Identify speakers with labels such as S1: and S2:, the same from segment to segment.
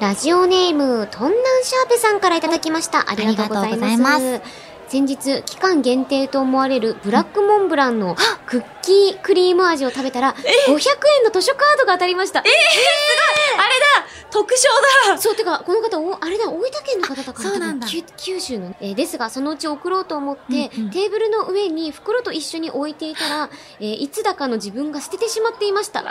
S1: ラジオネーム、とんなんシャーペさんからいただきました。ありがとうござい
S2: あ
S1: ま
S2: り
S1: す。
S2: がとうござい
S1: 先日、期間限定と思われるブラックモンブランのクッキークリーム味を食べたら、500円の図書カードが当たりました。
S2: 特賞だ
S1: そう、てか、この方、おあれだ、大分県の方だから、
S2: あそうなんだ
S1: 多分きゅ九州の、えーですが、そのうち送ろうと思って、
S2: うんうん
S1: テーブルの上に袋と一緒に置いていたら、えーいつだかの自分が捨ててしまっていました。あー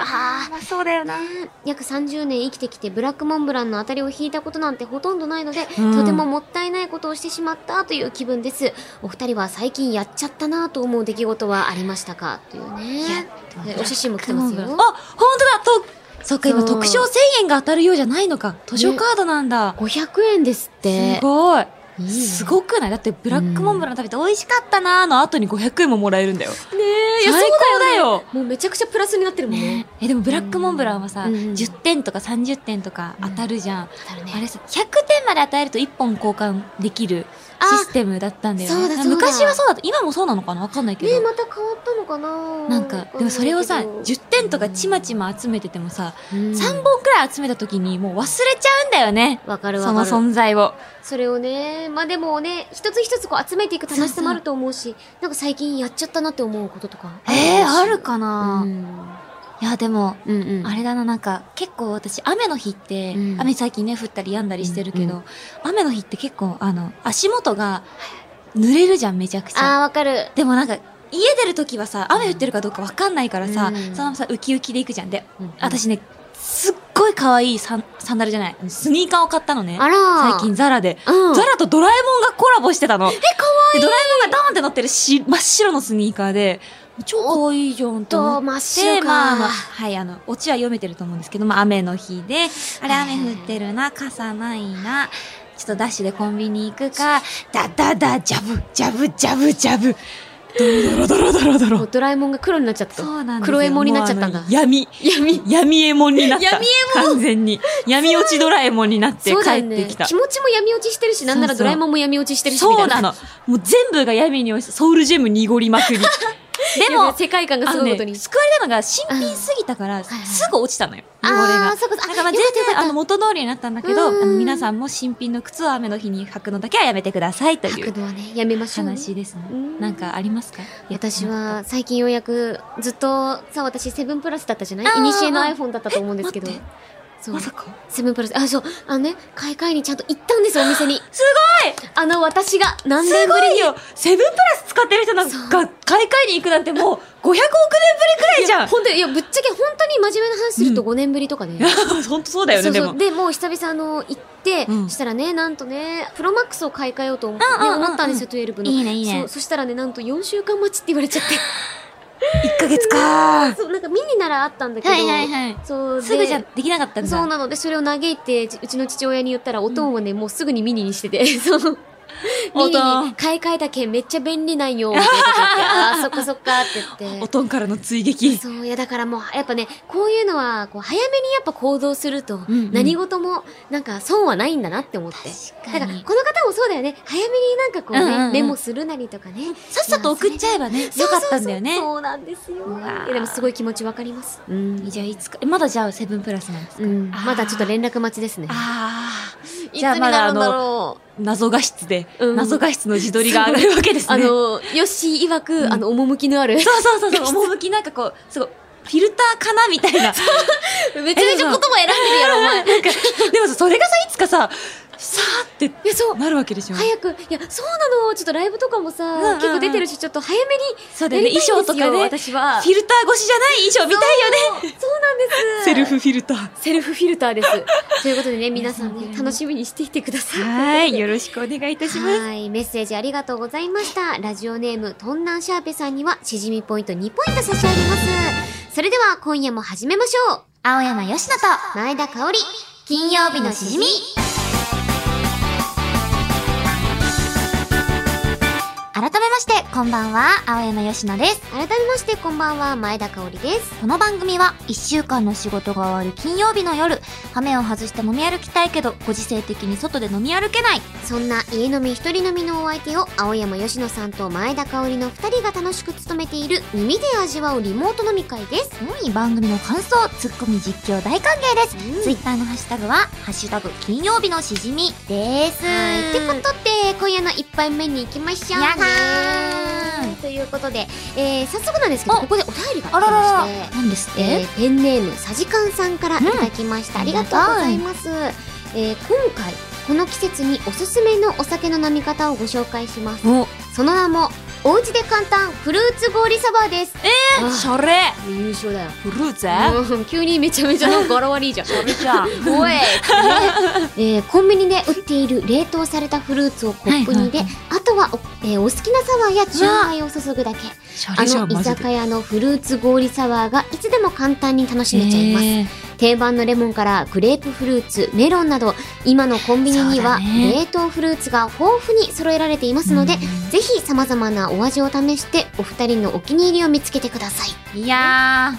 S2: まあそうだよな。
S1: 約30年生きてきてブラックモンブランの当たりを引いたことなんてほとんどないので、
S2: うん
S1: とてももったいないことをしてしまったという気分ですお二人は最近やっちゃったなと思う出来事はありましたかというねでお写真も来てますよ
S2: あ、本当だと、そっか、今
S1: そう
S2: 特賞1000円が当たるようじゃないのか。図書カードなんだ。
S1: 500円ですって
S2: すごい。
S1: いいね
S2: すごくないだってブラックモンブラン食べて美味しかったなーの後に500円ももらえるんだよ。
S1: ねえ
S2: いや最高だよ
S1: もうめちゃくちゃプラスになってるもんね
S2: え、でもブラックモンブランはさ、
S1: うん
S2: 10点とか30点とか当たるじゃん。
S1: 当たるね
S2: あれさ、100点まで与えると1本交換できるシステムだったんだよね。
S1: あそうだそうだ
S2: 昔はそうだった。今もそうなのかなわかんないけど。
S1: ねえまた変わったのかな
S2: なんか、でもそれをさ、
S1: 10
S2: 10点とかちまちま集めててもさ、3
S1: 3
S2: 本くらい集めた時にもう忘れちゃうんだよね。
S1: わかる
S2: そ
S1: わか
S2: の
S1: る
S2: 存在を。
S1: それをね、まあでもね、一つ一つこう集めていく楽しさもあると思うし、なんか最近やっちゃったなって思うこととか。
S2: ええある
S1: な
S2: かな、
S1: う
S2: い
S1: ん。
S2: や、でも、
S1: うんうん。
S2: あれだな、なんか、結構私、雨の日って、
S1: うん
S2: 雨最近ね、降ったり止んだりしてるけど、
S1: うん
S2: 雨の日って結構、あの、足元が濡れるじゃん、めちゃくち
S1: あ
S2: ゃ。
S1: ー、わかる。
S2: でもなんか、家出る時はさ、雨降ってるかどうかわかんないからさ、
S1: うん
S2: そのままさ、ウキウキで行くじゃん。で、
S1: うんうん
S2: 私ね、すっごい可愛いサンサンダルじゃない、スニーカーを買ったのね。
S1: あらー
S2: 最近ザラで。
S1: うん。
S2: ザラとドラえもんがコラボしてたの。え、
S1: え、かわ
S2: ドラえもんがドーンって乗ってるし真っ白のスニーカーで、超可愛いじゃんと思
S1: と、
S2: って。
S1: 真っ白か。
S2: まあ、あの、はい、あの、オチは読めてると思うんですけど、まあ、雨の日で、あれ雨降ってるな、傘ないな、ちょっとダッシュでコンビニ行くか、ダダダ、ジャブ、ジャブ、ジャブ、ジャブ、ドロドロドロドロド
S1: もう
S2: ロ。
S1: ドラえもんが黒になっちゃった。
S2: そうなんですよ
S1: 黒えもんになっちゃったんだ
S2: もうあの闇。
S1: 闇。
S2: 闇えもんになった。
S1: 闇
S2: えもん完全に。闇落ちドラえもんになって
S1: そう
S2: 帰
S1: だ
S2: って
S1: ね。
S2: きた。
S1: 気持ちも闇落ちしてるし、なんなら
S2: そうそ
S1: ド
S2: う
S1: ラえもんも闇落ちしてるし、みた
S2: そ
S1: いうな。
S2: なの。もう全部が闇に落ちて、ソウルジェム濁りまくり。 で
S1: やべえ
S2: も、
S1: 世界観が
S2: あ
S1: す
S2: の
S1: ごい
S2: ね
S1: ことに。
S2: 救われたのが新品すぎたから、
S1: はいはい
S2: すぐ落ちたのよ。汚
S1: あ
S2: れが
S1: ー、。そうか、
S2: なん
S1: あ、
S2: かまあ
S1: よかったよ
S2: 全然
S1: か
S2: あ
S1: った
S2: の元通りになったんだけど、あ
S1: うん
S2: の皆さんも新品の靴を雨の日に履くのだけはやめてくださいとい
S1: 吐
S2: う
S1: くのはね、やめましょうね。
S2: 話ですね
S1: うん。
S2: なんかありますか
S1: 私
S2: やっ
S1: は最近ようやくずっとさ私セブンプラスだったじゃな
S2: あー
S1: いいにしえの iPhone だったと思うん
S2: て
S1: で
S2: な
S1: す
S2: か
S1: け
S2: った
S1: ど
S2: 待って
S1: そう
S2: まさか
S1: セブンプラスあそうあのね買い替えにちゃんと行ったんですよお店に
S2: す
S1: あの私が
S2: ご
S1: 何
S2: い
S1: 年
S2: す
S1: ぶ
S2: ご
S1: り
S2: い
S1: に
S2: よセブンプラス使ってる人なんか買い替えに行くなんてもう500億年ぶりくらいじゃん
S1: 本当にいやぶっちゃけ本当に真面目な話すると
S2: う
S1: 5年ぶりとかね、
S2: 本当そうだよ
S1: そ
S2: ね、
S1: う
S2: で
S1: そう
S2: も。
S1: でもう久々あの行って、
S2: うん
S1: したらねなんとねプロマックスを買い替えようと思,、ね
S2: うんうんうんうん
S1: 思ったんですよ12の
S2: いいねいいね
S1: そうそしたらねなんと4週間待ちって言われちゃって
S2: 1ヶ月か
S1: そうなんかミニならあったんだけど、
S2: はい。
S1: そう
S2: すぐじゃ
S1: で
S2: できなかったんだ。
S1: そうなので、それを嘆いて、うちうちの父親に言ったら、おとんはね、もうすぐにミニにしてて、 そう。
S2: おとん
S1: ミニに買い替えたけんめっちゃ便利なんよ、みたいなこと言 って、ああ、そっかそっかって言
S2: お
S1: って。
S2: とんからの追撃。
S1: そう、いやだからもう、やっぱね、こういうのは、こう、早めにやっぱ行動すると、
S2: んうん
S1: 何事も、なんか損はないんだなって思って。
S2: 確
S1: だから、この方もそうだよね、早めになんかこうね、
S2: うんうんうん
S1: メモするなりとかね。
S2: さっさと送っちゃえばね、よかったんだよね
S1: そう。そうそうそうなんですよ。
S2: うわー
S1: いやでもすごい気持ちわかります。うん。
S2: じゃあいつか、えまだじゃあセブンプラスなんですか、
S1: うん、
S2: あー
S1: まだちょっと連絡待ちですね。
S2: ああ。
S1: いつになるんだろう。
S2: 謎画質で、
S1: うん
S2: 謎画質の自撮りが上がるわけですね。
S1: あの、ヨッシー曰く、
S2: うん
S1: あの、趣のある。めち
S2: そうそうそうそう、趣なんかこう、すごい、フィルターかなみたいな。
S1: ゃめちゃ言葉選んでるやろ、お前。い
S2: でもさ、それがさ、いつかさ、さーっ
S1: や、そう
S2: て。なるわけでしょ。
S1: 早く、いや、そうなの、ちょっとライブとかもさ、
S2: んうんうん
S1: 結構出てるし、ちょっと早めに、
S2: そうだ
S1: や
S2: よね、
S1: りたい
S2: 衣装とかね。
S1: 私は。
S2: フィルター越しじゃない衣装見たいよね。
S1: そうそうなんです。
S2: セル。フフィルター。
S1: セルフフィルター です。ということでね、皆さん
S2: そうだ
S1: ね、
S2: ね
S1: 楽しみにしていてください。
S2: はい、よろしくお願いいたします。
S1: はい、メッセージありがとうございました。ラジオネーム、とんなんシャーペさんには、しじみポイント2ポイント差し上げます。それでは、今夜も始めましょう。
S2: 青山よしと。
S1: 前田香織金曜日のしじみ
S2: 改めま
S3: まして、こんばんは、青山よしのです。
S1: 改めましてこんばんは前田香織です
S3: この番組は、1週間の仕事が終わる金曜日の夜、羽目を外して飲み歩きたいけど、ご時世的に外で飲み歩けない。
S1: そんな家飲み一人飲みのお相手を青山佳乃さんと前田香織の2人が楽しく務めている耳で味わうリモート飲み会です、
S3: うん、番組の感想、ツッコミ実況大歓迎です。ツイッターのハッシュタグは、ハッシュタグ金曜日のしじみです。
S1: はい、ってことで今夜の一杯目に行きましょうね
S3: やだー
S1: ということで、えー早速なんですけど
S3: お
S1: ここでお便りが来
S3: あ
S1: ま
S3: ららら
S1: して
S3: ら、なんですって、
S1: えーペンネームさじかんさんからいただきまし
S3: う
S1: た、
S3: ん
S1: ありがとうございます、えー今回この季節におすすめのお酒の飲み方をご紹介します
S2: お
S1: その名もおうちで簡単フルーツ氷サバですえ
S2: シャレ
S1: 優勝だよ
S2: フルーツ
S1: うん急にめちゃめちゃなんか現れいいじゃ ん
S2: れじゃあ
S1: おい、ねえーコンビニで売っている冷凍されたフルーツをコップに入れ、
S2: はい
S1: あとはお,、えーお好きなサワーやチューハイを注ぐだけ
S2: シャ
S1: あ
S2: レじゃん
S1: の
S2: マ
S1: 居
S2: ジで
S1: 酒屋のフルーツ氷サワーがいつでも簡単に楽しめちゃいます、
S2: えー
S1: 定番のレモンからグレープフルーツメロンなど今のコンビニには
S2: そうだね
S1: 冷凍フルーツが豊富に揃えられていますので、ぜひ様々なお味を試してお二人のお気に入りを見つけてください
S3: いや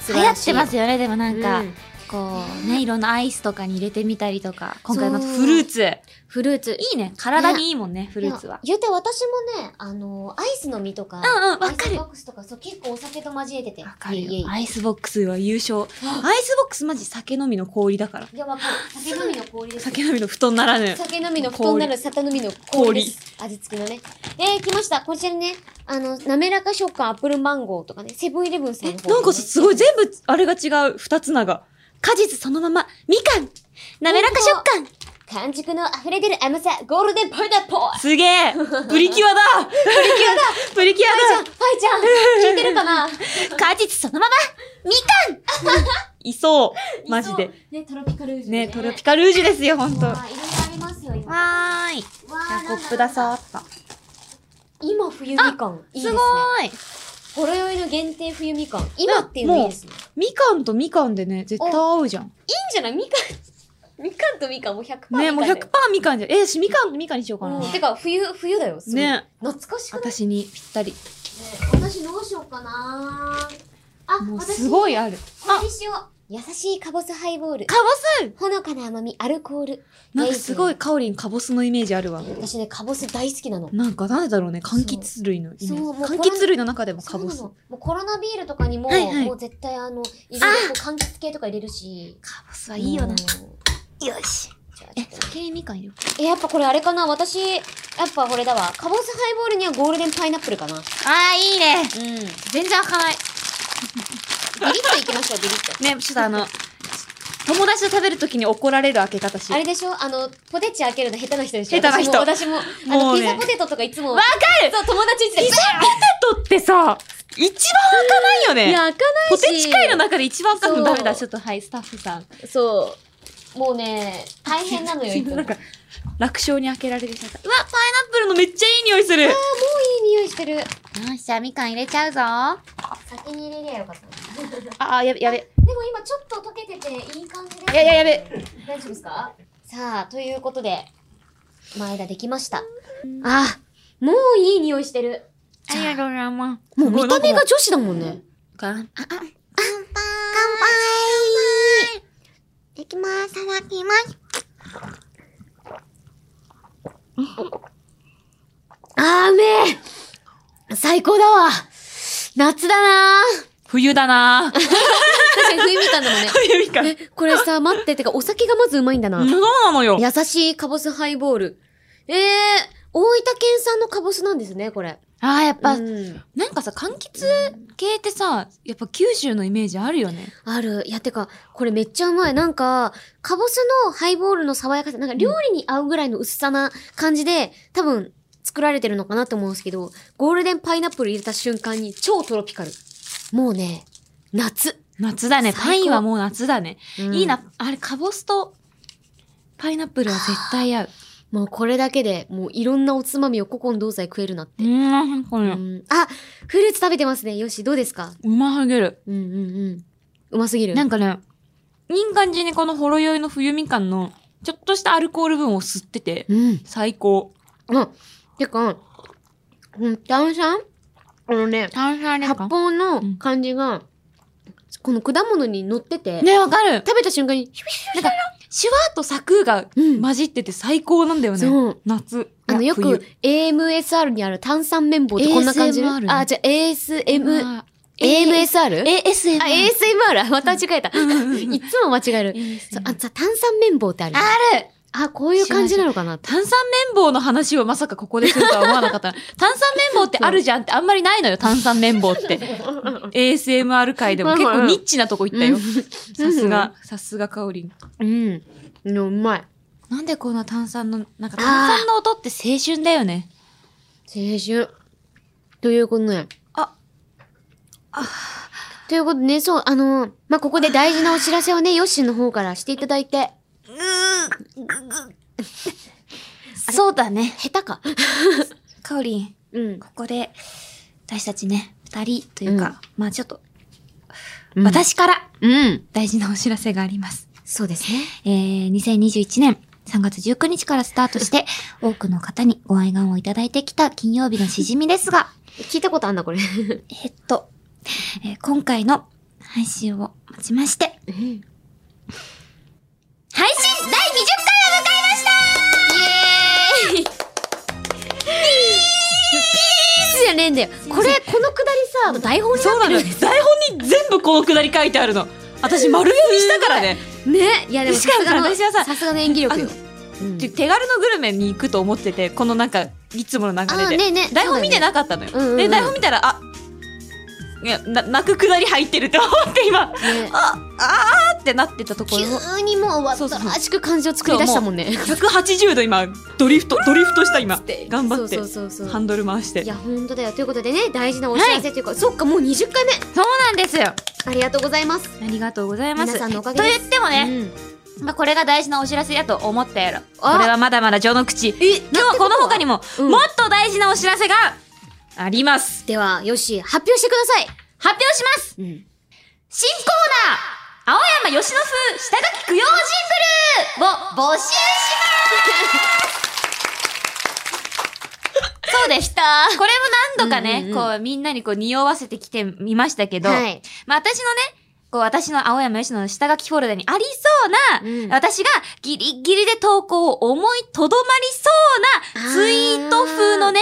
S3: ー、
S1: 素
S3: 流
S1: 晴
S3: 行
S1: ら
S3: っ
S1: しい
S3: てますよね、でもな
S1: なんん
S3: か、
S1: か、
S3: こうね、いろんなアイスとかに入れてみたりとか、今回また
S1: そう
S2: フルーツ
S1: フルーツ
S2: いいね体にいいもんねフルーツはい
S1: や言うて私もねあのアイスの実とか、
S2: うんうんわ
S1: アイ
S2: か
S1: ス
S2: る
S1: ボックスとかそう結構お酒と交えてて
S2: わかる
S1: いえいえい
S2: よアイスボックスは優勝アイスボックスマジ酒飲みの氷だから
S1: えいやわかる酒飲みの氷です
S2: 酒飲みの布団ならぬ
S1: 酒飲みの布団なるサタ飲みの氷です味付きのね。えー、来ました。こちらにね、あの、滑らか食感アップルマンゴーとかね、セブンイレブンさん
S2: え
S1: の方、ね。
S2: なんかさすごい全部あれが違う二つ名が果実そのままみかん滑らか食感
S1: 完熟の溢れ出る甘さ、ゴールデンパイナップ ルフ
S2: すげえプリキュアだ プリキュア
S1: ァ
S2: だ
S1: イちゃん、ファイちゃん、聞いてるかな
S2: 果実そのままみ かんいそう マジで。
S1: ね、トロピカルージュ
S2: ねトロピ
S1: カ
S2: カルージュですよほんと
S1: わ
S2: わ
S1: ーいろいろありますよ、今。
S2: ーいじ
S1: わー
S2: ゃあコップだ。さーった
S1: 今冬みかん。いいですね。
S2: ーい
S1: ほろ酔いの限定冬みかん。今っていうのいいですね。いいん
S2: みかんとみかんでね絶対合うじゃん
S1: じゃないみかん。みかんとみかんもう100%みかんだ
S2: ね
S1: よ。
S2: もう100%みかんじゃんえしみかんとみかんにしようかな
S1: うんてか、冬、冬だよ。すごい
S2: ね
S1: 懐かしくない
S2: 私にぴったり
S1: 私どうしようかなあ、
S2: もう
S1: 私
S2: すごいある
S1: これにしよう優しいカボスハイボール
S2: かぼす
S1: ほのかな甘みアルコール
S2: なんかすごいカオリンかぼすのイメージあるわ
S1: 私ねカボス大好きなの
S2: なんかなんでだろうね柑橘類のイメージ
S1: そうもう
S2: 柑橘類の中でもかぼす
S1: そうなの
S2: か
S1: もうコロナビールとかにも、
S2: はいはい
S1: もう絶対あのいろいろこう柑橘系とか入れるし
S2: ぼすは
S1: うんじ
S2: よし
S1: ゃあちょ
S2: え
S1: っと
S2: 酒にみかん入れよう
S1: えやっぱこれあれかな私やっぱこれだわカボスハイボールにはゴールデンパイナップルかなうん
S2: あーいいね
S1: ビリッ
S2: 全然開かない
S1: といきましょうビリッと
S2: ねちょっとあの友達と食べるときに怒られる開け方し
S1: あ
S2: よう
S1: れでしょあの、ポテチ開けるの下手な人でしょ
S2: 下手な人
S1: 私も、私もあ
S2: も
S1: の、
S2: う
S1: ピ
S2: ね
S1: ザポテトとかいつも。
S2: わかる
S1: そう、友達んちで。
S2: ピザポテトってさ一番開かないよね
S1: いや、開かな
S2: ポ
S1: いし。
S2: テチ界の中で一番パ
S1: そう
S2: ンダメだ。ちょっとはい、スタッフさん。
S1: そう。もうね、大変なのよ、いつも。
S2: な
S1: あ
S2: んか、楽勝に開けられてしまった。うわ、パイナップルのめっちゃいい匂いする。
S1: ー、いい匂いしてる。
S3: よっしゃ、みかん入れちゃうぞ。
S1: 先に入れりゃよかったな。
S2: ああ、やべ、やべ。
S1: でも今ちょっと溶けてて、いい感じです。
S2: いやいややべ。
S1: 大丈夫ですかさあ、ということで、前田できました。あ、もういい匂いしてる。
S2: ありがとうございます。
S1: もう見た目が女子だもんね。
S2: かん。
S3: できます。いただきます。
S1: あーうめえ最高だわ夏だなー
S2: 冬だなぁ。
S1: 確かに冬みかんだもんね。
S2: 冬みかん。
S1: え、これさ、待って、てかお酒がまずうまいんだな。
S2: そうなのよ。
S1: 優しいカボスハイボール。えー、大分県産のカボスなんですね、これ。
S2: ああ、やっぱ、
S1: うん
S2: なんかさ、柑橘系ってさ、やっぱ九州のイメージあるよね。
S1: ある。いや、てか、これめっちゃうまい。なんか、カボスのハイボールの爽やかさ、なんか料理に合うぐらいの薄さな感じで、多分、作られてるのかなと思うんですけど、ゴールデンパイナップル入れた瞬間に超トロピカル。もうね、夏。
S2: 夏だね。
S1: 最高
S2: パインはもう夏だね。
S1: うん
S2: いいな。あれ、かぼすと、パイナップルは絶対合う。
S1: もうこれだけで、もういろんなおつまみを古今東西食えるなって。
S2: うん、こ
S1: う
S2: れ、
S1: ん、あ、フルーツ食べてますね。よし、どうですか
S2: うますぎる。
S1: うんうんうん。うますぎる。
S2: なんかね、いい感じにこのほろ酔いの冬みかんの、ちょっとしたアルコール分を吸ってて、
S1: うん。
S2: 最高。
S1: うん。てか、うん、炭酸あのね、
S4: 炭酸ですか
S1: 発泡の感じが、この果物に乗ってて、
S4: ね、わかる。
S1: 食べた瞬間に、
S4: シュワーとサクが
S1: うん、
S4: 混じってて最高なんだよね。
S1: そう。
S4: 夏。
S1: あの、
S4: いや
S1: よく、AMSR にある炭酸綿棒ってこんな感じ
S4: ASMR
S1: あ、じゃあ ASM、
S4: あ
S1: AMSR?
S4: ASM。
S1: あ、ASMR! また間違えた。いつも間違える。そうあ
S4: ASM
S1: さ炭酸綿棒ってある。
S4: ある
S1: あ、こういう感じなのかな
S4: 炭酸綿棒の話をまさかここでするとは思わなかった。炭酸綿棒ってあるじゃんってあんまりないのよ、炭酸綿棒って。ASMR 界でも結構ニッチなとこ行ったよ。さすが、さすが香りん。
S1: うん。でもうまい。
S4: なんでこんな炭酸の、なんか炭酸の音って青春だよね。
S1: 青春。ということね。
S4: あ、
S1: ということでね、そう、あのーまあ、ここで大事なお知らせをね、ヨッシーの方からしていただいて。
S2: そうだね。
S1: 下手か。
S2: かおりん、
S1: うん。
S2: ここで、私たちね、二人というか、まあちょっと、
S1: うん
S2: 私から
S1: うん。
S2: 大事なお知らせがあります。
S1: そうですね。
S2: えー、2021年3月19日からスター トして、多くの方にご愛願をいただいてきた金曜日のしじみですが、
S1: 聞いたことあん だ、これ。
S2: えっと、えー今回の配信をもちまして、配信第20回を迎えました
S1: イエーイピースじゃねえんだよ。これ、このくだりさ、台本に
S4: そう
S1: な
S4: な
S1: って
S4: の
S1: る
S4: よ。台本に全部このくだり書いてあるの。私丸読みしたからね。
S1: ね。いや、でも
S4: しかも
S1: さすがの
S4: 私はさ
S1: さすがの演技力よ。うん
S4: で手軽のグルメに行くと思っててこのなんかいつもの流
S1: あー
S4: れ
S1: ね
S4: で、
S1: えねえ
S4: 台本見てなかったのよ、
S1: そうだよねうんうんう
S4: で
S1: ん
S4: 台本見たらあいやな泣くくだり入ってるって思って今
S1: ね
S4: ああーってなってたところを
S1: 急にもう、わ
S4: そう
S1: た
S4: そう
S1: らしく感じを作り出したもんね。
S4: 180度今ドリフトドリフトした今頑張って
S1: そうそうそう
S4: ハ
S1: そう。
S4: ンドル回して
S1: いや、本当だよ。ということでね、大事なお知らせというか、そっか、もう20回目。
S2: そうなんですよ
S1: ありがとうございます。
S2: ありがとうございます。
S1: 皆さんのおかげ
S2: と
S1: です
S2: 言ってもね、
S1: うん
S2: まあ、これが大事なお知らせだと思ったやろ。
S1: あ
S2: これはまだまだ序の口。今
S1: え、
S2: 日はこの他にも、
S1: うん
S2: もっと大事なお知らせがあります。
S1: では、よし、発表してください。
S2: 発表します
S1: うん。
S2: 新コーナー青山吉野風下書き供養ジングルを募集します そうでした。これも何度かね、
S1: うんうんうん
S2: こう、みんなにこう、匂わせてきてみましたけど、
S1: はい。
S2: まあ、私のね、こう、私の青山吉野の下書きフォルダにありそうな、
S1: うん
S2: 私がギリギリで投稿を思いとどまりそうなツイート風のね、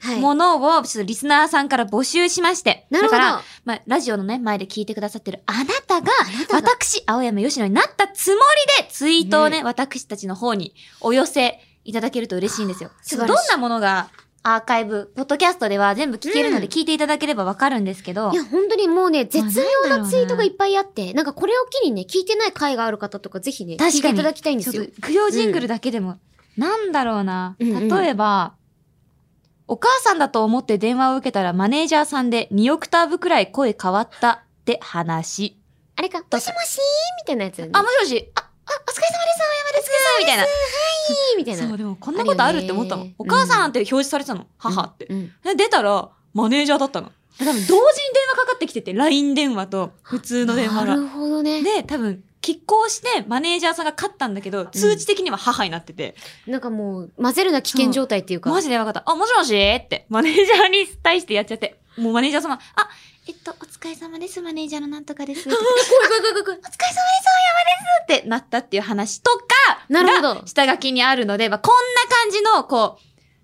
S1: はい。
S2: ものを、ちょっとリスナーさんから募集しまして。
S1: なるほど
S2: だから、まあ、ラジオのね、前で聞いてくださってるあなたが、
S1: たが
S2: 私、青山吉野になったつもりで、ツイートをね、私たちの方にお寄せいただけると嬉しいんですよ。
S1: 素晴
S2: ちょ
S1: ら
S2: っ
S1: しい
S2: とどんなものが、アーカイブ、ポッドキャストでは全部聞けるので
S1: うん
S2: 聞いていただければわかるんですけど、
S1: いや、本当にもうね、絶妙なツイートがい
S2: い
S1: っぱいあって、なんかこれを機にね、聞いてない回がある方とか、ぜひね、
S2: 確
S1: 聞いて
S2: かに
S1: いただきたいんで
S2: ちょっ
S1: すよ。、
S2: と供養ジングルだけでも、なんだろうな。
S1: うんうん
S2: 例えば、お母さんだと思って電話を受けたらマネージャーさんで2オクターブくらい声変わったって話。
S1: あれか、もしもしーみたいなやつよね。
S2: あ、もしもし、あ、あ、お疲れ様です、青山です。みたいな。
S1: いみたいな。
S4: そうでもこんなことあるって思った
S1: ある
S4: の
S1: よね
S4: お母さんなんて表示されてたの、母って、
S1: うん。
S4: で出たらマネージャーだったの多分同時に電話かかってきてて LINE 電話と普通の電話
S1: な
S4: が
S1: るほどね。
S4: で多分拮抗してマネージャーさんが勝ったんだけど通知的には母になってて、
S1: なんかもう、混ぜるな危険状態っていうか。
S4: マジで分かったあもしもしってマネージャーに対してやっちゃってもうマネージャー様あ
S2: えっと、お疲れ様です、マネージャーのなんとかです。って
S1: 怖い怖い怖い怖い怖い。
S2: ってなったっていう話とか、
S1: なるほど
S2: が下書きにあるので、まあ、こんな感じの、こ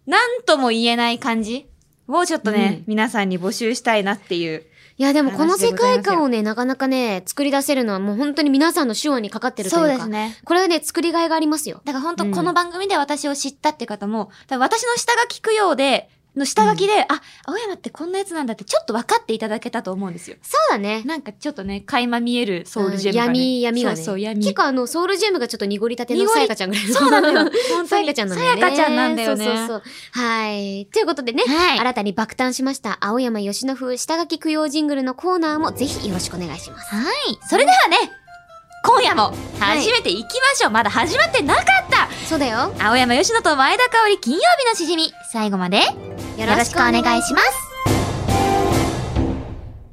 S2: う、なんとも言えない感じをちょっとね、
S1: うん
S2: 皆さんに募集したいなっていう。
S1: いや、でもこの世界観をね、なかなかね、作り出せるのはもう本当に皆さんの手腕にかかってるというか。
S2: ね。
S1: これはね、作りがいがありますよ。
S2: だから本
S1: う
S2: 当
S1: ん
S2: この番組で私を知ったって方も、多分私の下書き供養で、の下書きで、あ、青山ってこんなやつなんだってちょっと分かっていただけたと思うんですよ。
S1: そうだね。
S2: なんかちょっとね、垣間見えるソウルジェムが、ね
S1: うん闇、闇がね。
S2: そうそう、闇。
S1: 結構あの、ソウルジェムがちょっと濁りたての
S2: 濁り
S1: さやかちゃんぐらいの。
S2: そうなのよ。本
S1: さ
S2: 当
S1: やか
S2: に。
S1: ちゃんなん
S2: さ
S1: だよ
S2: や
S1: ね。
S2: かちゃんなんだよね。
S1: そうそうそう。はい。ということでね、
S2: はい
S1: 新たに爆誕しました、青山吉野風下書き供養ジングルのコーナーもぜひよろしくお願いします。
S2: はい。それではね、今夜も始めていきましょう。まだ始まってなかった
S1: そうだよ。
S2: 青山吉野と前田香織金曜日のしじみ。最後までよ
S1: よろしくお願いします。
S2: ます。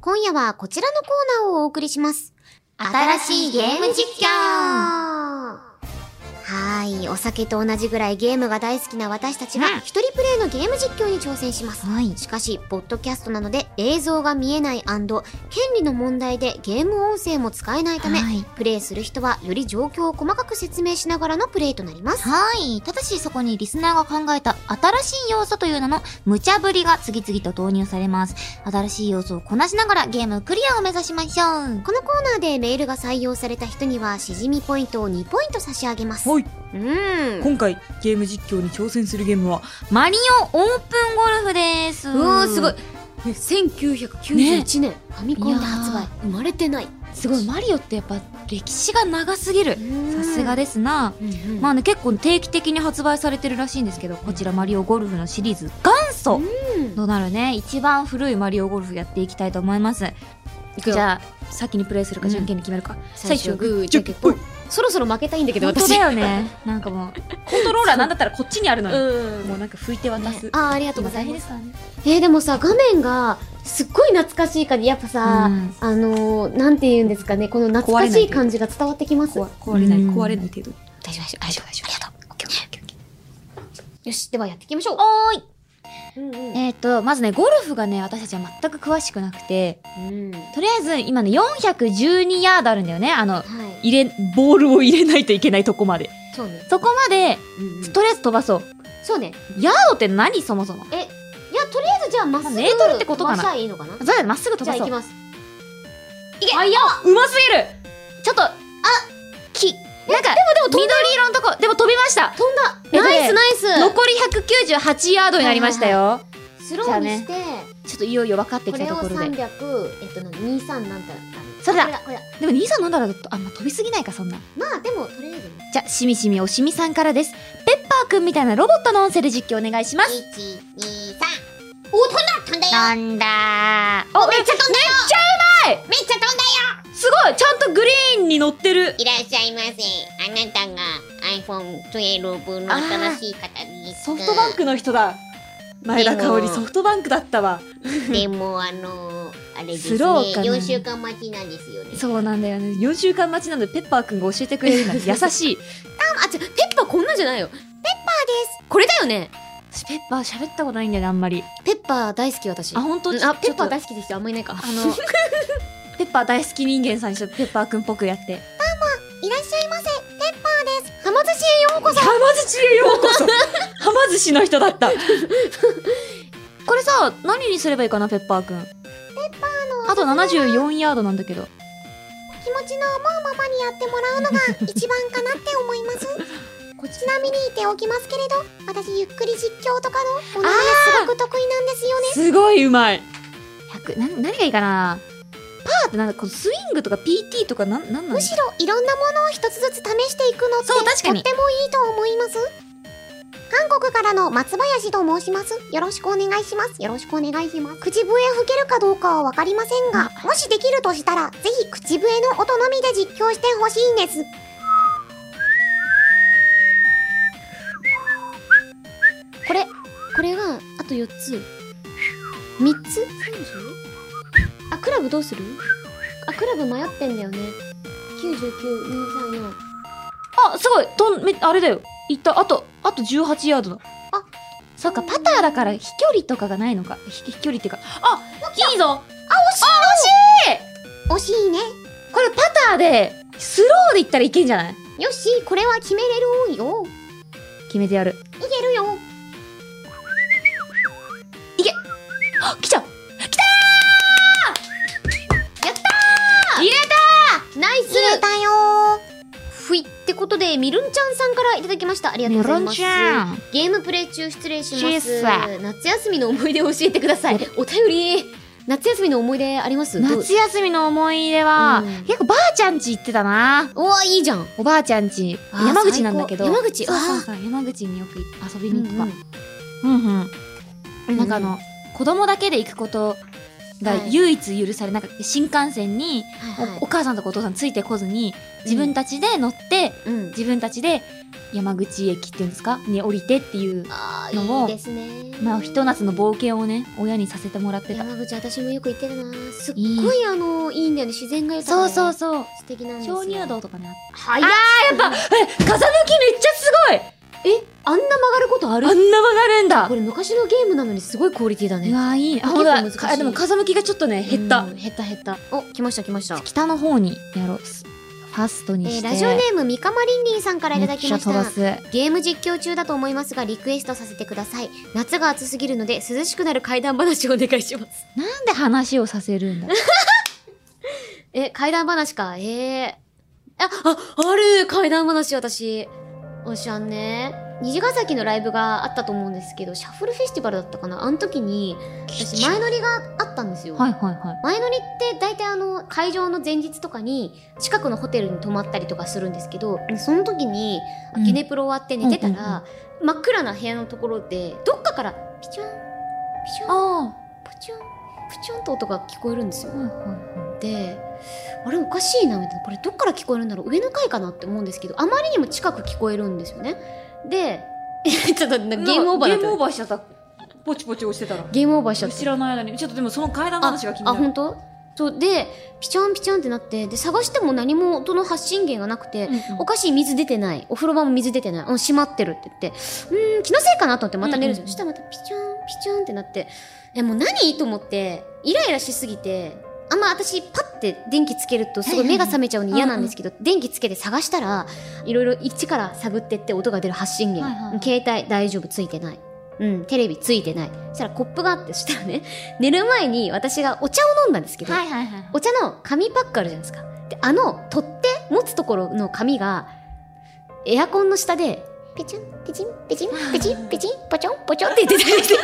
S1: 今夜はこちらのコーナーをお送りします。
S2: 新しいゲーム実況
S1: はい、お酒と同じぐらいゲームが大好きな私たち
S5: うん
S1: が一人プレイのゲーム実況に挑戦します。
S5: はい。
S1: しかし、ポッドキャストなので映像が見えない権利の問題でゲーム音声も使えないため、
S2: はい
S1: プレイする人はより状況を細かく説明しながらのプレイとなります。
S2: はい。ただしそこにリスナーが考えた新しい要素という名の無茶ぶりが次々と導入されます。新しい要素をこなしながらゲームクリアを目指しましょう。
S1: このコーナーでメールが採用された人にはしじみポイントを2ポイント差し上げます。
S5: はいう
S1: ーん。
S5: 今回、ゲーム実況に挑戦するゲームは、
S2: マリオオープンゴルフです。
S1: うわーすごい。ね、1991年、ファミコンで発売
S2: いや。
S1: 生まれてない。
S2: すごい。マリオってやっぱ歴史が長すぎる。さ
S1: さ
S2: すが
S1: で。
S2: ですな。
S1: うんうん
S2: まあね、結構定期的に発売されてるらしいんですけど、こちらマリオゴルフのシリーズ元祖
S1: うん
S2: となるね、一番古いマリオゴルフやっていきたいと思います。
S1: いくよ
S2: じゃあ、先にプレイする
S1: う
S2: か
S1: ん
S2: じゃんけんで決めるか。
S1: 最初グー
S5: じ
S1: じ
S5: ゃ
S1: ゃ
S5: ん
S1: ん
S5: け
S1: け
S5: ん
S1: ん
S5: ぽい
S1: ぽんそろそろ負けたいんだけど
S2: 本
S1: 私
S2: 当だよね。なんかもう、コントローラーなんだったらこっちにあるのに。
S1: うん
S5: もうなんか拭いて渡す。
S1: あーありがとうございます
S2: すからね。
S1: えーでもさ画面がすっごい懐かしい感じやっぱさ、
S2: うん
S1: あのー、なんて言うんですかねこの懐かしい感じが伝わってきます
S5: 壊壊れない、
S2: うん
S5: 壊れない程度。
S1: 大丈夫大丈夫大丈夫ありがとうオッケーオッケーオッケーよしではやっていきましょう
S2: おーい。
S1: うんうん
S2: えっ、と、まずね、ゴルフがね、私たちは全く詳しくなくて、
S1: うんは
S2: とりあえず今ね、412ヤードあるんだよね。あの、
S1: い
S5: 入れ、ボールを入れないといけないとこまで。
S1: そうね、
S2: そこまで、
S1: うんうん
S2: とりあえず飛ばそう。
S1: そうね
S2: ヤードって何そもそも。
S1: えいやとりあえずじゃあまっすぐ
S2: メートルってことかな
S1: 飛ばしたらいいのかな
S2: そうだよね、まっすぐ飛
S1: じゃあ
S2: ば
S1: 行
S2: そ
S1: き。
S2: う
S1: ます
S2: いけあやうますぎるちょっと、あ、き、なんか、緑色のとこ、でも飛びました
S1: 飛んだ
S2: えっと
S1: ナ
S2: ね
S1: イスナイス
S2: 残り198ヤードになりましたよ、
S1: スローにして、
S2: ちょっといよいよ分かって
S1: こ
S2: きた
S1: れ
S2: と
S1: を
S2: ころで
S1: 300えっとなん23なんだ
S2: それだ
S1: これだこれだ
S2: でも兄さんなんだろうとあんま飛びすぎないかそんな
S1: まあでもとりあえずね
S2: じゃあしみしみおしみさんからですペッパーくんみたいなロボットの音声で実況お願いします
S1: 123お飛んだ飛んだよ
S2: 飛んだーおめっちゃ飛んだよめっちゃうまい
S1: めっちゃ飛んだよ
S5: すごいちゃんとグリーンに乗ってる
S6: いらっしゃいませ。あなたが iPhone12 の新しい方です。
S5: ソフトバンクの人だ前田香織ソフトバンクだったわ
S6: でも、あのー、あれです
S2: スローか
S6: ね。
S2: な
S6: 4週間待ちなんですよね。
S2: そうなんだよね4週間待ちなのでペッパーくんが教えてくれ るなんて優しい
S1: あ違うペッパーこんなんじゃないよペッパーですこれだよね
S2: 私ペッパー喋ったことないんだよねあんまり
S1: ペッパー大好き私
S2: あ本当
S1: うんあペッパー
S2: 大
S1: 大好きです人あんまいないか
S2: あ のペッパー大好き人間さんにちょっとペッパーくんっぽくやって
S6: いらっしゃいませ。
S1: はま寿司へようこそ
S5: はま寿司へようこ そはま寿司の人だった
S2: これさ何にすればいいかなペッパーくんペッパーのあと74ヤードなんだけど
S6: 気持ちの思うままにやってもらうのが一番かなって思い ます。ちなみに言っておきますけれど、私ゆっくり実況とかのものがすごく得意なんですよね。
S5: すごいうまい
S2: 100な何がいいかなパーってなんかこうスイングとか PT とかなんなんなん
S6: むしろいろんなものを一つずつ試していくのって
S2: そう確かに
S6: とってもいいと思います韓国からの松林と申しますよろしくお願いしますよろしくお願いします口笛吹けるかどうかはわかりませんがもしできるとしたらぜひ口笛の音のみで実況してほしいんです
S1: これこれがあと4つ3つあクラブどうするあクラブ迷ってんだよね99234
S2: あすごいとんめあれだよいったあとあと18ヤードだあそっかパターだから飛距離とかがないのかひ飛距離っていうかあいいぞあ惜しい惜し
S6: 惜しいね
S2: いこれパターでスローでいったらいけんじゃない
S6: よしこれは決めれるよ
S2: 決めてやる
S6: いけるよ
S2: あ来ちゃう
S1: ナイス
S6: 入れたよ
S1: ふいってことでみるんちゃんさんからいただきましたありがとうございます
S2: ん
S1: ゲームプレイ中失礼し
S2: シ
S1: ま
S2: ー
S1: す
S2: サー
S1: 夏休みの思い出を教えてくださいお便り夏休みの思い出ありますどう
S2: 夏休みの思い出は、
S1: うん
S2: 結構ばあちゃん家行ってたな
S1: うわいいじゃん
S2: おばあちゃん家
S1: あー
S2: 山口なんだけど
S1: 最高山口
S2: そうそう
S1: あ
S2: そう山口によく遊び
S1: うん
S2: に行ってたうんうん、
S1: うん
S2: なんかあの子供だけで行くことが
S1: はい
S2: 唯一許され、なんか新幹線にお,、
S1: はいはい
S2: お母さんとかお父さんついてこずに自分たちで乗って、
S1: うん
S2: 自分たちで山口駅っていうんですかに降りてっていう
S1: あ
S2: の
S1: ーい
S2: も
S1: いですね
S2: まあひと夏の冒険をね親にさせてもらってた
S1: 山口私もよく行ってたなすっご
S2: い
S1: いあのいいんだよね自然が豊
S2: そ
S1: か
S2: う
S1: で
S2: そうそう
S1: 素敵なんですよ
S2: 鍾乳洞とかねあっ
S1: はい
S2: あえ、風向きめっちゃすごい
S1: とあ
S3: あ
S1: る
S3: んな曲がるんだ
S1: これ昔のゲームなのにすごいクオリティだ
S3: う
S1: ね。
S3: わいいあ
S1: 結構
S3: ほら
S1: 難しい
S3: かでも風向きがちょっとね減った、
S1: うん減った減った。お、来ました来ました。
S2: 北の方にやろう。ファスト
S7: え
S2: にし
S7: ー
S2: て。
S7: ラジオネーム三釜りんりんさんからいただきました
S2: めっちゃ飛ばす。
S7: ゲーム実況中だと思いますがリクエストさせてください夏が暑すぎるので涼しくなる怪談話をお願いします
S2: なんで話をさせるんだ
S1: え、怪談話か。ええあ、あ、ある怪談話私。おっしゃんね。虹ヶ崎のライブがあったと思うんですけど、シャッフルフェスティバルだったかなあの時に、私前乗りがあったんですよ。
S2: はいはいはい。
S1: 前乗りって大体あの会場の前日とかに近くのホテルに泊まったりとかするんですけどその時に
S2: うん
S1: ゲネプロ終わって寝てた
S2: うんうん
S1: ら、真っ暗な部屋のところでどっかからピチュンピチュン
S2: あ
S1: プチュンプチュンと音が聞こえるんですよ
S2: あ。。はいはいはい。
S1: であれおかしいなみたいなこれどっから聞こえるんだろう上の階かなって思うんですけどあまりにも近く聞こえるんですよね。で ちょっとなんかゲームオーバーだ
S3: ゲ
S1: っ
S3: ームオー
S1: た
S3: バーしちゃったポチポチ押してたら
S1: ゲームオーバーしちゃった
S3: 知らない間にちょっとでもその階段話が気に
S1: あ、
S3: なる
S1: 本当？そうでピチャンピチャンってなってで探しても何も音の発信源がなくて、おかしい水出てないお風呂場も水出てないうん閉まってるって言ってうーん気のせいかなと思ってまた寝るんですよ、そしたらまたピチャンピチャンってなってえもう何と思ってイライラしすぎてあんま私パッて電気つけるとすごい目が覚めちゃうので嫌なんですけど、電気つけて探したらいろいろ一から探ってって音が出る発信源、
S2: はいはい
S1: 携帯大丈夫ついてないうん、テレビついてない。そしたらコップがあって、そしたらね、寝る前に私がお茶を飲んだんですけど、
S2: はいはいはい。
S1: お茶の紙パックあるじゃないですか。で、あの、取っ手持つところの紙が、エアコンの下で、
S7: ペチュンペチンペチンペチンペチンポチョンポチョンって
S1: 出てたんですよ。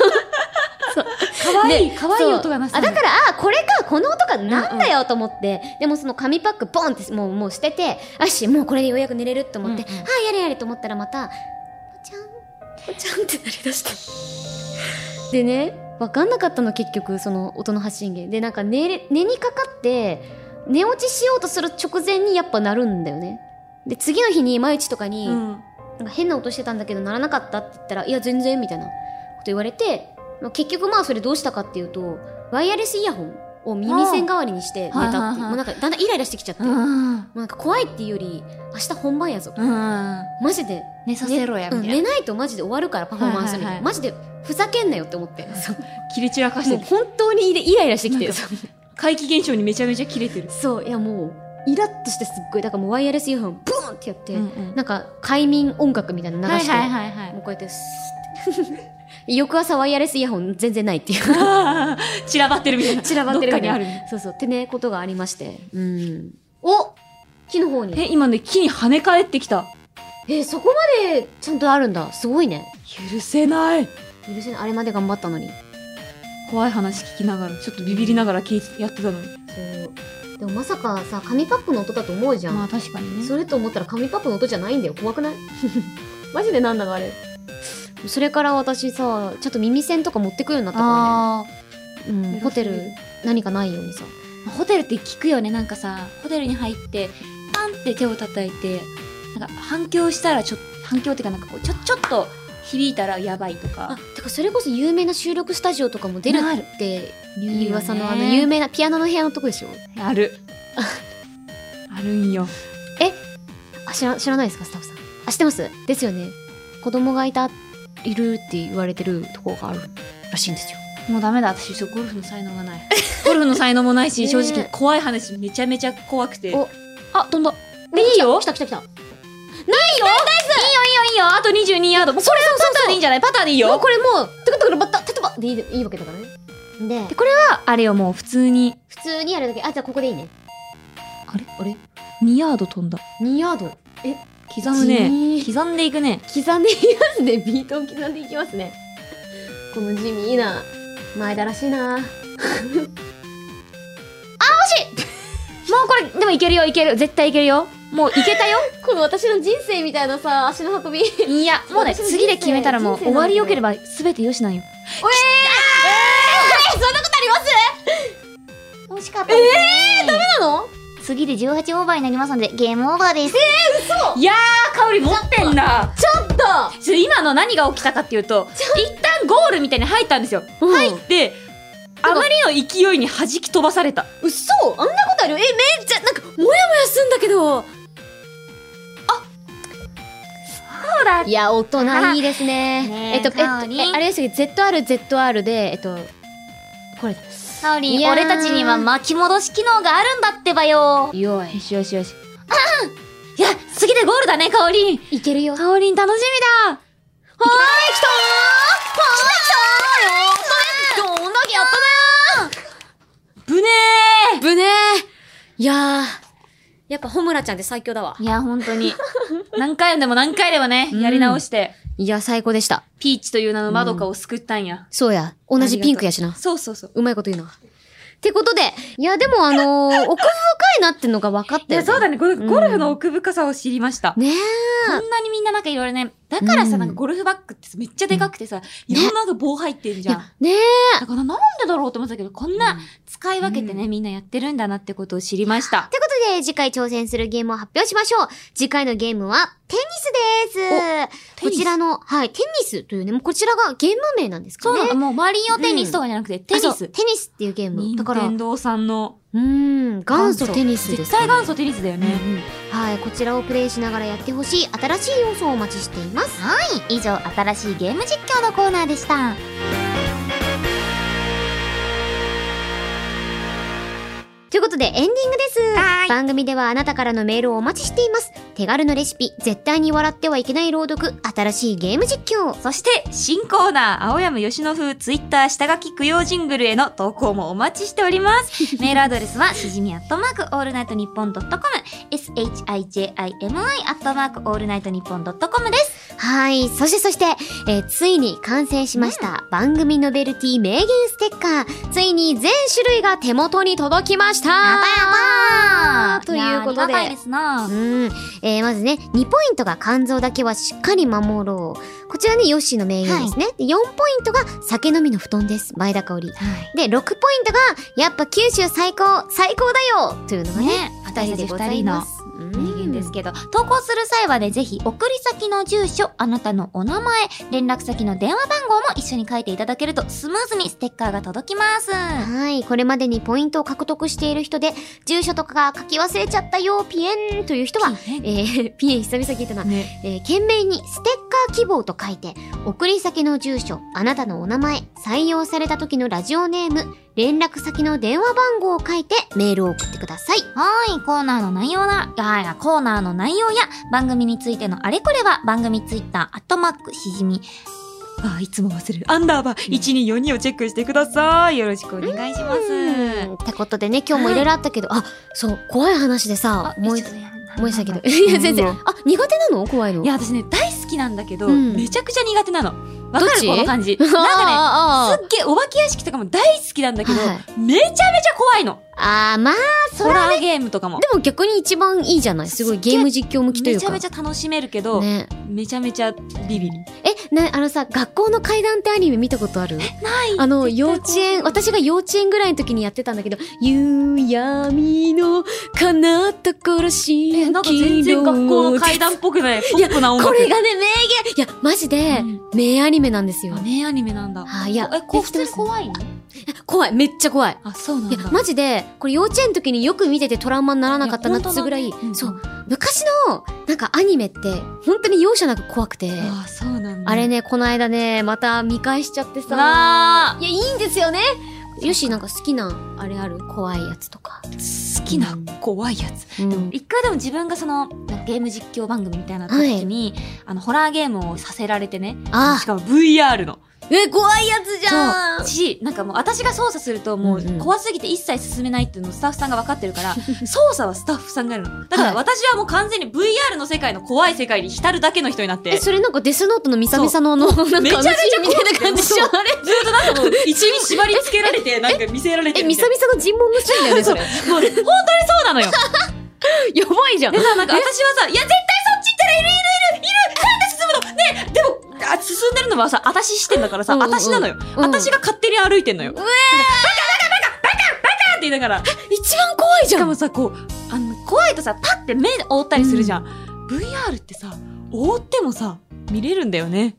S2: 可愛い
S1: で
S2: 可愛い音がな
S1: そ
S2: さ
S1: うあ、
S2: る
S1: だから、あ、これか、この音がなんだよと思って、でもその紙パックボンってもう、もう捨てて、あし、もうこれでようやく寝れると思って、
S2: うんうん
S1: はあ、やれやれと思ったらまた、ポチャン、ポチャンってなりだした。 でね、わかんなかったの結局、その音の発信源。で、なんか寝れ、寝にかかって、寝落ちしようとする直前にやっぱなるんだよね。で、次の日に、毎日とかに、
S3: うん
S1: なんか変な音してたんだけど鳴らなかったって言ったら、いや全然みたいなこと言われて、まあ、結局まあそれどうしたかっていうと、ワイヤレスイヤホンを耳栓代わりにして寝たっていう、
S2: はいはいはい
S1: もうなんかだんだんイライラしてきちゃって、
S2: う
S1: も
S2: ん。
S1: うなんか怖いっていうより、明日本番やぞ。
S2: うん。
S1: マジで。
S2: 寝させろや、み
S1: うん
S2: たいな。
S1: 寝ないとマジで終わるからパフォーマンスみたいな、
S2: はいはいはい
S1: マジでふざけんなよって思って。そう
S3: 切れ散らかし
S1: も
S3: て
S1: う
S3: る
S1: 本当にイライラしてきて。そう
S3: 怪奇現象にめちゃめちゃ切れてる
S1: そう、いやもう、イラッとしてすっごい、だからもうワイヤレスイヤホンブーンってやって、
S2: うんうん
S1: なんか快眠音楽みたいなの流
S2: は
S1: し
S2: い
S1: て、
S2: はいはいはい
S1: もう。こうやってスーって 翌朝ワイヤレスイヤホン全然ないっていう
S3: あ ー散らばってるみたいな
S1: 散らばってる
S3: ど
S1: み
S3: っか
S1: た
S3: に
S1: い
S3: あ
S1: な
S3: る
S1: そうそうってねことがありましてうんお木の方に
S3: え今ね木に跳ね返ってきた
S1: えそこまでちゃんとあるんだすごいね
S3: 許せない
S1: 許せないあれまで頑張ったのに
S3: 怖い話聞きながらちょっとビビりながら聞いやってたのに
S1: そうでもまさかさ紙パックの音だと思うじゃん、
S2: まあ確かにね。
S1: それと思ったら紙パックの音じゃないんだよ怖くない マジでなんだのあれそれから私さちょっと耳栓とか持ってくようになったか
S2: あ
S1: らね、うん、ホテル何かないようにさ
S2: あ。ホテルって聞くよね。なんかさ、ホテルに入って、パンって手を叩いて、なんか反響したらちょっと、反響っていうかなんかこう、ちょ、ちょっと響いたらやばいと
S1: あ
S2: か。、
S1: てかそれこそ有名な収録スタジオとかも出る
S2: なる
S1: って
S2: 言
S1: いう噂のあの有
S2: 名。
S1: 名なピアノの部屋のとこでしょ
S3: あるあるんよ
S1: あ知ら知らないですかスタッフさんあ知ってますですよね子供がいたいるって言われてるところがあるらしいんですよ
S2: もうダメだ。私、そうゴルフの才能がない。
S3: ゴルフの才能もないし
S1: ね
S3: 正直怖い話めちゃめちゃ怖くて
S1: お
S3: あ飛んだ
S1: いいよ来た来た来たも
S3: いいよあと22ヤードもうこれはパターでいいんじゃないパターでいいうよ
S1: これもうトゥクトゥクバッタタタバでいいいいわけだからねで
S2: あれよ、もう普通に。
S1: 普通にやるだけあじゃあここでいいね
S2: あれ
S1: あれ
S3: 2ヤード飛んだ
S1: 2ヤード
S3: 刻むね
S1: 地味
S2: 刻んでいくね。
S1: 刻んでいきますね ビートを刻んでいきますねこの地味な前田らしいな
S3: もうこれでもいけるよいける絶対いけるよもういけたよ
S1: この私の人生みたいなさ足の運 び
S2: いや、もうね、
S1: 私の人生
S2: 次で決めたらもう
S1: 人生
S2: 終
S1: なんだよ
S2: わりよければ全てよしなんよ。
S7: 惜しかったええー、ダメなの次で18オーバーになりますのでゲームオーバーです
S3: いやー香り持ってんな
S1: だ
S3: ちょ今の何が起きたかっていうと一旦ゴールみたいに入ったんですよ、
S1: うん
S3: 入ってあまりの勢いに弾き飛ばされた
S1: 嘘あんなことあるえめっちゃなんかモヤモヤすんだけど
S3: だ
S1: あいや、大人いいです ね。
S2: ね
S1: え
S2: え
S1: っと、えっと、え
S2: かおりん
S1: あれですよ、ZRZR で、えっと、これだ。
S2: サオリ
S1: い
S2: ン、
S1: やー
S2: 俺たちには巻き戻し機能があるんだってばよ。
S3: よいしよしよし
S2: いや、次でゴールだね、カオリン。
S1: いけるよ。
S2: カオリン楽しみだ。ほーい、来たーほーい、来たーよーどんだけやったねーぶね
S1: ぶねーいやー、やっぱホムラちゃんって最強だわ
S2: ー。いや、本当に。 何回でも何回でもね、やり直して、
S1: いや、最高でした。
S2: ピーチという名のまどかを救ったんや。
S1: そうや、同じピンクやしな。
S2: そうそうそう。
S1: うまいこと言うな。ってことで、いや、でもあの ー奥深いなってのが分かっ
S2: い
S1: たよ、
S2: や、そうだね。ゴルフ
S1: ん
S2: ゴルフの奥深さを知りました。
S1: ねえ。
S2: こんなにみんななんかいろいろね、だから
S1: う
S2: さ、
S1: ん
S2: なんかゴルフバッグってさめっちゃでかくてさ、いろんななんか棒入ってるじゃん。
S1: ねえ。
S2: だからなんでだろうと思ってたけど、こんな使い分けてね、みんなやってるんだなってことを知りました
S7: っ。てことで、次回挑戦するゲームを発表しましょう。次回のゲームは、テニスです。
S2: テニ
S7: こ
S2: ス
S7: ちらの、はい、テニスというね、もうこちらがゲーム名なんですか
S2: そう
S7: ね。
S2: なの、もうマリオテニスとかじゃなくて、テニ
S7: あそ
S2: ス
S7: う。テニスっていうゲーム。
S2: 任
S7: だから、う
S2: 天堂さんの
S7: ーん、元祖テニスです、ね。
S2: 絶対元祖テニスだよね。
S7: はい、こちらをプレイしながらやってほしい新しい要素をお待ちしています。
S8: 以上新しいゲーム実況のコーナーでした
S7: ということでエンディングです。番組ではあなたからのメールをお待ちしています。手軽なレシピ、絶対に笑ってはいけない朗読、新しいゲーム実況。
S2: そして、新コーナー、青山吉野風ツイッター下書き供養ジングルへの投稿もお待ちしてお ります。メールアドレスは、しじみアットマークオールナイトニッポンドットコム、shijimi アットマークオールナイトニッポンドットコムです。
S7: はい、そしてそして、えーついに完成しました、番組ノベルティ名言ステッカー。ついに全種類が手元に届きました。
S2: あ
S7: ということで
S2: ありがたいですな
S7: う。ん、えーまずね、2ポイントが肝臓だけはしっかり守ろう。こちらね、ヨッシーの名言ですね。で4ポイントが酒飲みの布団です。前田香織。で、6ポイントが、やっぱ九州最高、最高だよというのがね、
S2: ね、私たち二人の名
S7: 名
S2: 言ですけど、投稿する際はね、ぜひ送り先の住所、あなたのお名前、連絡先の電話番号も一緒に書いていただけるとスムーズにステッカーが届きます。
S7: はい。これまでにポイントを獲得している人で、住所とかが書き忘れちゃったよ、ピエンという人は、えー、 ピエン久々聞いたな。
S2: ね
S7: えー、懸命にステッカー希望と書いて、送り先の住所、あなたのお名前、採用された時のラジオネーム、連絡先の電話番号を書いてメールを送ってください。
S2: はい、コーナーの内容だ、あいやコーナーの内容や番組についてのあれこれは番組ツイッター、アットマーク、しじみ、あ、いつも忘れる、アンダーバー、1242をチェックしてください。よろしくお願いしま
S7: うんってことでね、今日もいろいろあったけど、あ、そう、怖い話でさ、思い、思い出したけど。 いや、全然。あ、苦手なの怖いの。
S2: い や、私ね、大好きなんだけど、
S7: うん
S2: めちゃくちゃ苦手なの。わ
S1: ど
S2: か
S1: っ
S2: る
S1: ち
S2: この感 じ。
S1: あ
S2: なん
S1: ー
S2: かね、
S1: あーあー
S2: すっげえお化け屋敷とかも大好きなんだけど、
S1: はいは
S2: めちゃめちゃ怖いの。
S7: あー、まあ、
S2: ホラーゲームとかも。
S1: でも逆に一番いいじゃないすごいゲーム実況向きとい
S2: め
S1: う
S2: ちゃ
S1: か。
S2: めちゃ楽しめるけど、
S1: ね。
S2: めちゃめちゃビビる。
S1: え、ね、あのさ、学校の階段ってアニメ見たことある
S2: ない
S1: あの、幼稚園、私が幼稚園ぐらいの時にやってたんだけど、夕闇の彼方から新規
S2: え、なんか全然学校の階段っぽくない、ポップな音
S1: こ
S2: 楽。
S1: れがね、名言いや、マジで、
S2: うん
S1: 名アニメなんですよ
S2: あ。名アニメなんだ。
S1: はい、いや、
S2: え、こう普
S1: 知って
S2: 通
S1: ます
S2: に怖いの
S1: 怖い、めっちゃ怖い。
S2: あ、そうなん
S1: い
S2: だ。
S1: や、マジで、これ幼稚園の時によく見ててトラウマにならなかったなっ
S2: いや
S1: つうぐらい、
S2: 本当だね
S1: そう、昔の、なんかアニメって、本当に容赦なく怖くて、
S2: ああ、そうなんだ。
S1: あれね、この間ね、また見返しちゃってさ、
S2: ない
S1: や、いいんですよね。よし、なんか好きな、あれある怖いやつとか。
S2: あ好きな怖いやつ。
S1: うん。
S2: 一回でも自分がそのなんかゲーム実況番組みたいな時に、あのホラーゲームをさせられてね
S1: あ
S2: しかも VR の
S1: え、怖いやつじゃん
S2: しなんかもう私が操作するとも
S1: うんうん
S2: う怖すぎて一切進めないっていうのをスタッフさんが分かってるから 操作はスタッフさんがやるのだか
S1: はい
S2: ら私はもう完全に VR の世界の怖い世界に浸るだけの人になって
S1: え、それなんかデスノートのミサミサのあの、なんか
S2: めちゃめちゃ
S1: みたいな感じ じゃん。あれ
S2: ずっとなんかもう一に縛り付けられてなんか見せられて
S1: え、
S2: るみ
S1: ミ
S2: た
S1: サ
S2: いな
S1: ミサの尋問のシーンだよね、それ。
S2: もうね本当にそう なのよ
S1: やばいじゃん
S2: で。さなんか私はさ「いや絶対そっち行ったらいるいるいるいるなんで進むのねでもあ進んでるのはさ私視点だからさ
S1: うんうんうん
S2: 私なのよ
S1: うん
S2: 私が勝手に歩いてんのよ。バカバカバカバカバカって言いながら。
S1: 一番怖いじ
S2: し
S1: ゃ
S2: か
S1: ん。
S2: もさ、こう、あの、怖いとさ、パッて目覆ったりするじゃん。VR ってさ、覆ってもさ、見れるんだよね。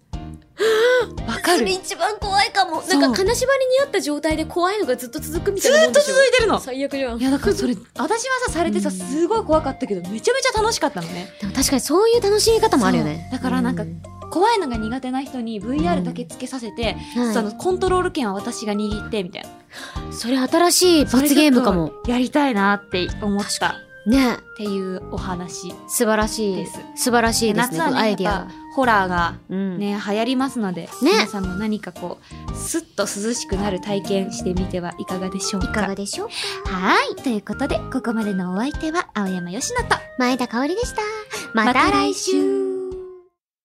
S9: わかる。
S1: 一番怖いかも。
S9: そう
S1: なんか金縛りにあった状態で怖いのがずっと続くみた
S9: ず
S1: いなも
S9: ー
S1: ん
S9: っ
S1: で
S9: と
S1: しょ。
S9: 続いてるの。
S1: 最悪じゃん。
S2: いやだからそれ私はさされてさ
S9: うん
S2: すごい怖かったけどめちゃめちゃ楽しかったのね
S1: でも確かにそういう楽しみ方もあるよね。
S2: そうだからなんか
S1: う
S2: 怖いのが苦手な人に VR だけつけさせて、
S1: はい
S2: そのコントロール権は私が握ってみたいな
S1: それ新しい罰ゲームかも。
S2: やりたいなって思ったっ
S1: ね
S2: ていうお話
S1: 素晴らしい
S2: です。
S1: 素晴らしいですね、
S2: 夏は
S1: ア
S2: ね
S1: イディ
S2: やっ
S1: ア
S2: ぱ。ホラーが
S1: うん。
S2: ね、流行りますので、皆さんも何かこうスッと涼しくなる体験してみてはいかがでしょう
S10: いか
S2: か
S10: がでしょうか
S11: はい。ということで、ここまでのお相手は、青山よしのと、
S10: 前田香織でした。
S11: ま
S10: ま
S11: た
S10: た来
S11: 来週
S10: 週。